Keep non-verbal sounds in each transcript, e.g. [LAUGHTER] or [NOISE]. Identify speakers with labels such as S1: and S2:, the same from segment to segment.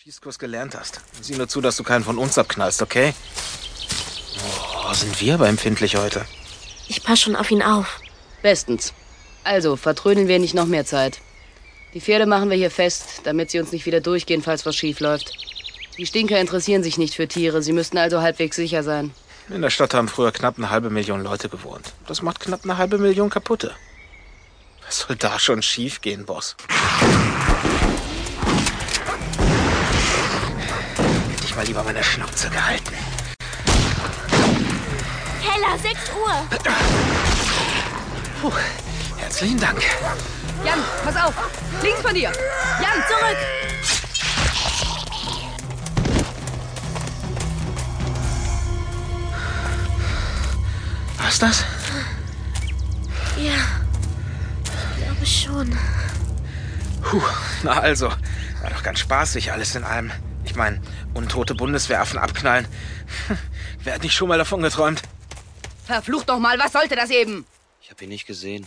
S1: Schießkurs gelernt hast. Sieh nur zu, dass du keinen von uns abknallst, okay? Oh, sind wir aber empfindlich heute.
S2: Ich passe schon auf ihn auf.
S3: Bestens. Also, vertrödeln wir nicht noch mehr Zeit. Die Pferde machen wir hier fest, damit sie uns nicht wieder durchgehen, falls was schief läuft. Die Stinker interessieren sich nicht für Tiere, sie müssten also halbwegs sicher sein.
S1: In der Stadt haben früher knapp eine halbe Million Leute gewohnt. Das macht knapp eine halbe Million kaputte. Was soll da schon schief gehen, Boss? Hätte ich mal lieber meine Schnauze gehalten.
S2: Keller, 6 Uhr.
S1: Puh, herzlichen Dank.
S3: Jan, pass auf! Links von dir! Jan, zurück!
S1: Was das?
S2: Ja, ich glaube schon.
S1: Puh, na also. War doch ganz spaßig alles in allem. Ich meine, untote Bundeswehraffen abknallen. [LAUGHS] Hm, Wer hat nicht schon mal davon geträumt?
S3: Verflucht doch mal, was sollte das eben?
S4: Ich habe ihn nicht gesehen.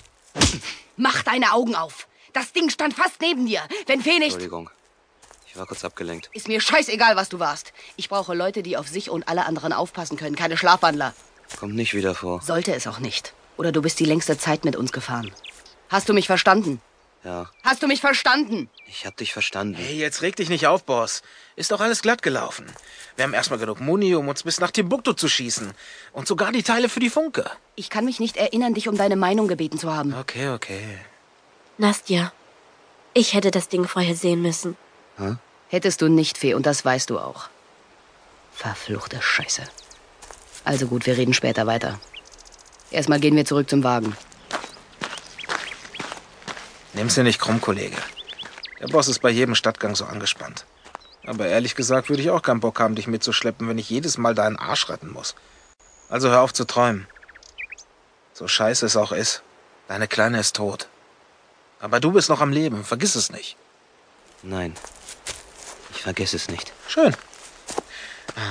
S3: Mach deine Augen auf! Das Ding stand fast neben dir. Wenn Fee nicht.
S4: Entschuldigung. Ich war kurz abgelenkt.
S3: Ist mir scheißegal, was du warst. Ich brauche Leute, die auf sich und alle anderen aufpassen können, keine Schlafwandler.
S4: Kommt nicht wieder vor.
S3: Sollte es auch nicht. Oder du bist die längste Zeit mit uns gefahren. Hast du mich verstanden?
S4: Ja,
S3: Hast du mich verstanden?
S4: ich hab dich verstanden.
S1: Hey, jetzt reg dich nicht auf, Boss. Ist doch alles glatt gelaufen. Wir haben erstmal genug Muni, um uns bis nach Timbuktu zu schießen. Und sogar die Teile für die Funke.
S3: Ich kann mich nicht erinnern, dich um deine Meinung gebeten zu haben.
S1: Okay, okay.
S2: Nastja, ich hätte das Ding vorher sehen müssen.
S3: Hättest du nicht, Fee, und das weißt du auch. Verfluchte Scheiße. Also gut, wir reden später weiter. Erstmal gehen wir zurück zum Wagen.
S1: Nimm's dir nicht krumm, Kollege. Der Boss ist bei jedem Stadtgang so angespannt. Aber ehrlich gesagt würde ich auch keinen Bock haben, dich mitzuschleppen, wenn ich jedes Mal deinen Arsch retten muss. Also hör auf zu träumen. So scheiße es auch ist, deine Kleine ist tot. Aber du bist noch am Leben, vergiss es nicht.
S4: Nein. Ich vergesse es nicht.
S1: Schön.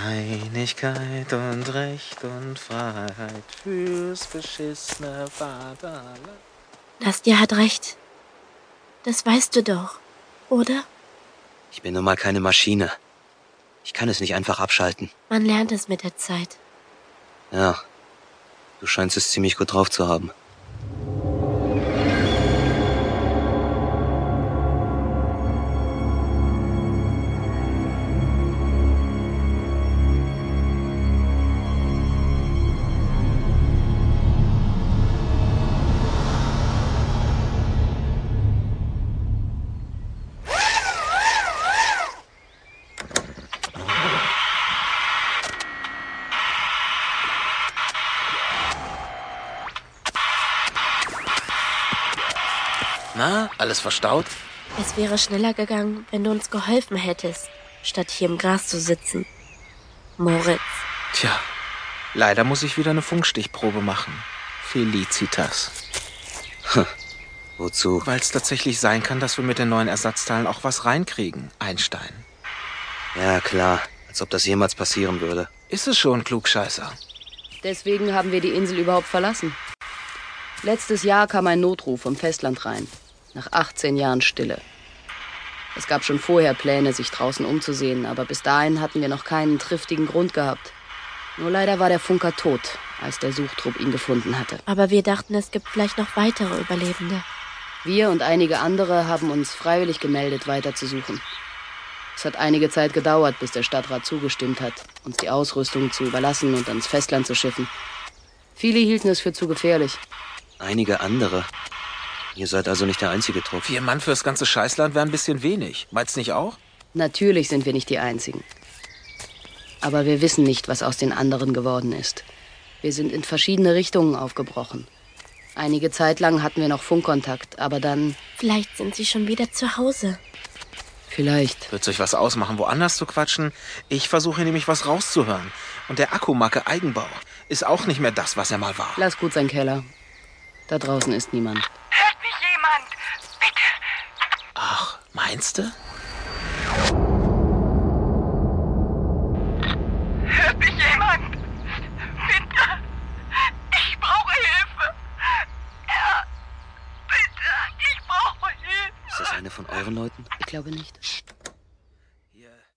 S1: Einigkeit und Recht und Freiheit fürs beschissene Vaterland.
S2: Nastja hat recht. Das weißt du doch, oder?
S4: Ich bin nun mal keine Maschine. Ich kann es nicht einfach abschalten.
S2: Man lernt es mit der Zeit.
S4: Ja. Du scheinst es ziemlich gut drauf zu haben.
S1: Na, alles verstaut?
S2: Es wäre schneller gegangen, wenn du uns geholfen hättest, statt hier im Gras zu sitzen. Moritz,
S1: Tja, leider muss ich wieder eine Funkstichprobe machen. Felicitas.
S4: Wozu?
S1: Weil es tatsächlich sein kann, dass wir mit den neuen Ersatzteilen auch was reinkriegen, Einstein.
S4: Ja, klar. Als ob das jemals passieren würde.
S1: Ist es schon, Klugscheißer?
S3: Deswegen haben wir die Insel überhaupt verlassen. Letztes Jahr kam ein Notruf vom Festland rein. Nach 18 Jahren Stille. Es gab schon vorher Pläne, sich draußen umzusehen, aber bis dahin hatten wir noch keinen triftigen Grund gehabt. Nur leider war der Funker tot, als der Suchtrupp ihn gefunden hatte.
S2: aber wir dachten, es gibt vielleicht noch weitere Überlebende.
S3: Wir und einige andere haben uns freiwillig gemeldet, weiterzusuchen. Es hat einige Zeit gedauert, bis der Stadtrat zugestimmt hat, uns die Ausrüstung zu überlassen und ans Festland zu schiffen. Viele hielten es für zu gefährlich.
S4: Einige andere. Ihr seid also nicht der einzige Trupp.
S1: Vier Mann fürs ganze Scheißland wäre ein bisschen wenig. Meinst nicht auch?
S3: Natürlich sind wir nicht die Einzigen. Aber wir wissen nicht, was aus den anderen geworden ist. Wir sind in verschiedene Richtungen aufgebrochen. Einige Zeit lang hatten wir noch Funkkontakt, aber dann
S2: Vielleicht sind sie schon wieder zu Hause.
S3: vielleicht.
S1: Wird sich was ausmachen, woanders zu quatschen? Ich versuche nämlich was rauszuhören. Und der Akkumacke Eigenbau ist auch nicht mehr das, was er mal war.
S3: Lass gut sein, Keller. Da draußen ist niemand.
S5: Hört mich jemand? Bitte.
S1: Ach, meinst du?
S5: Hört mich jemand? Bitte. Ich brauche Hilfe. Ja. Bitte. Ich brauche Hilfe.
S4: Ist das eine von euren Leuten?
S3: Ich glaube nicht.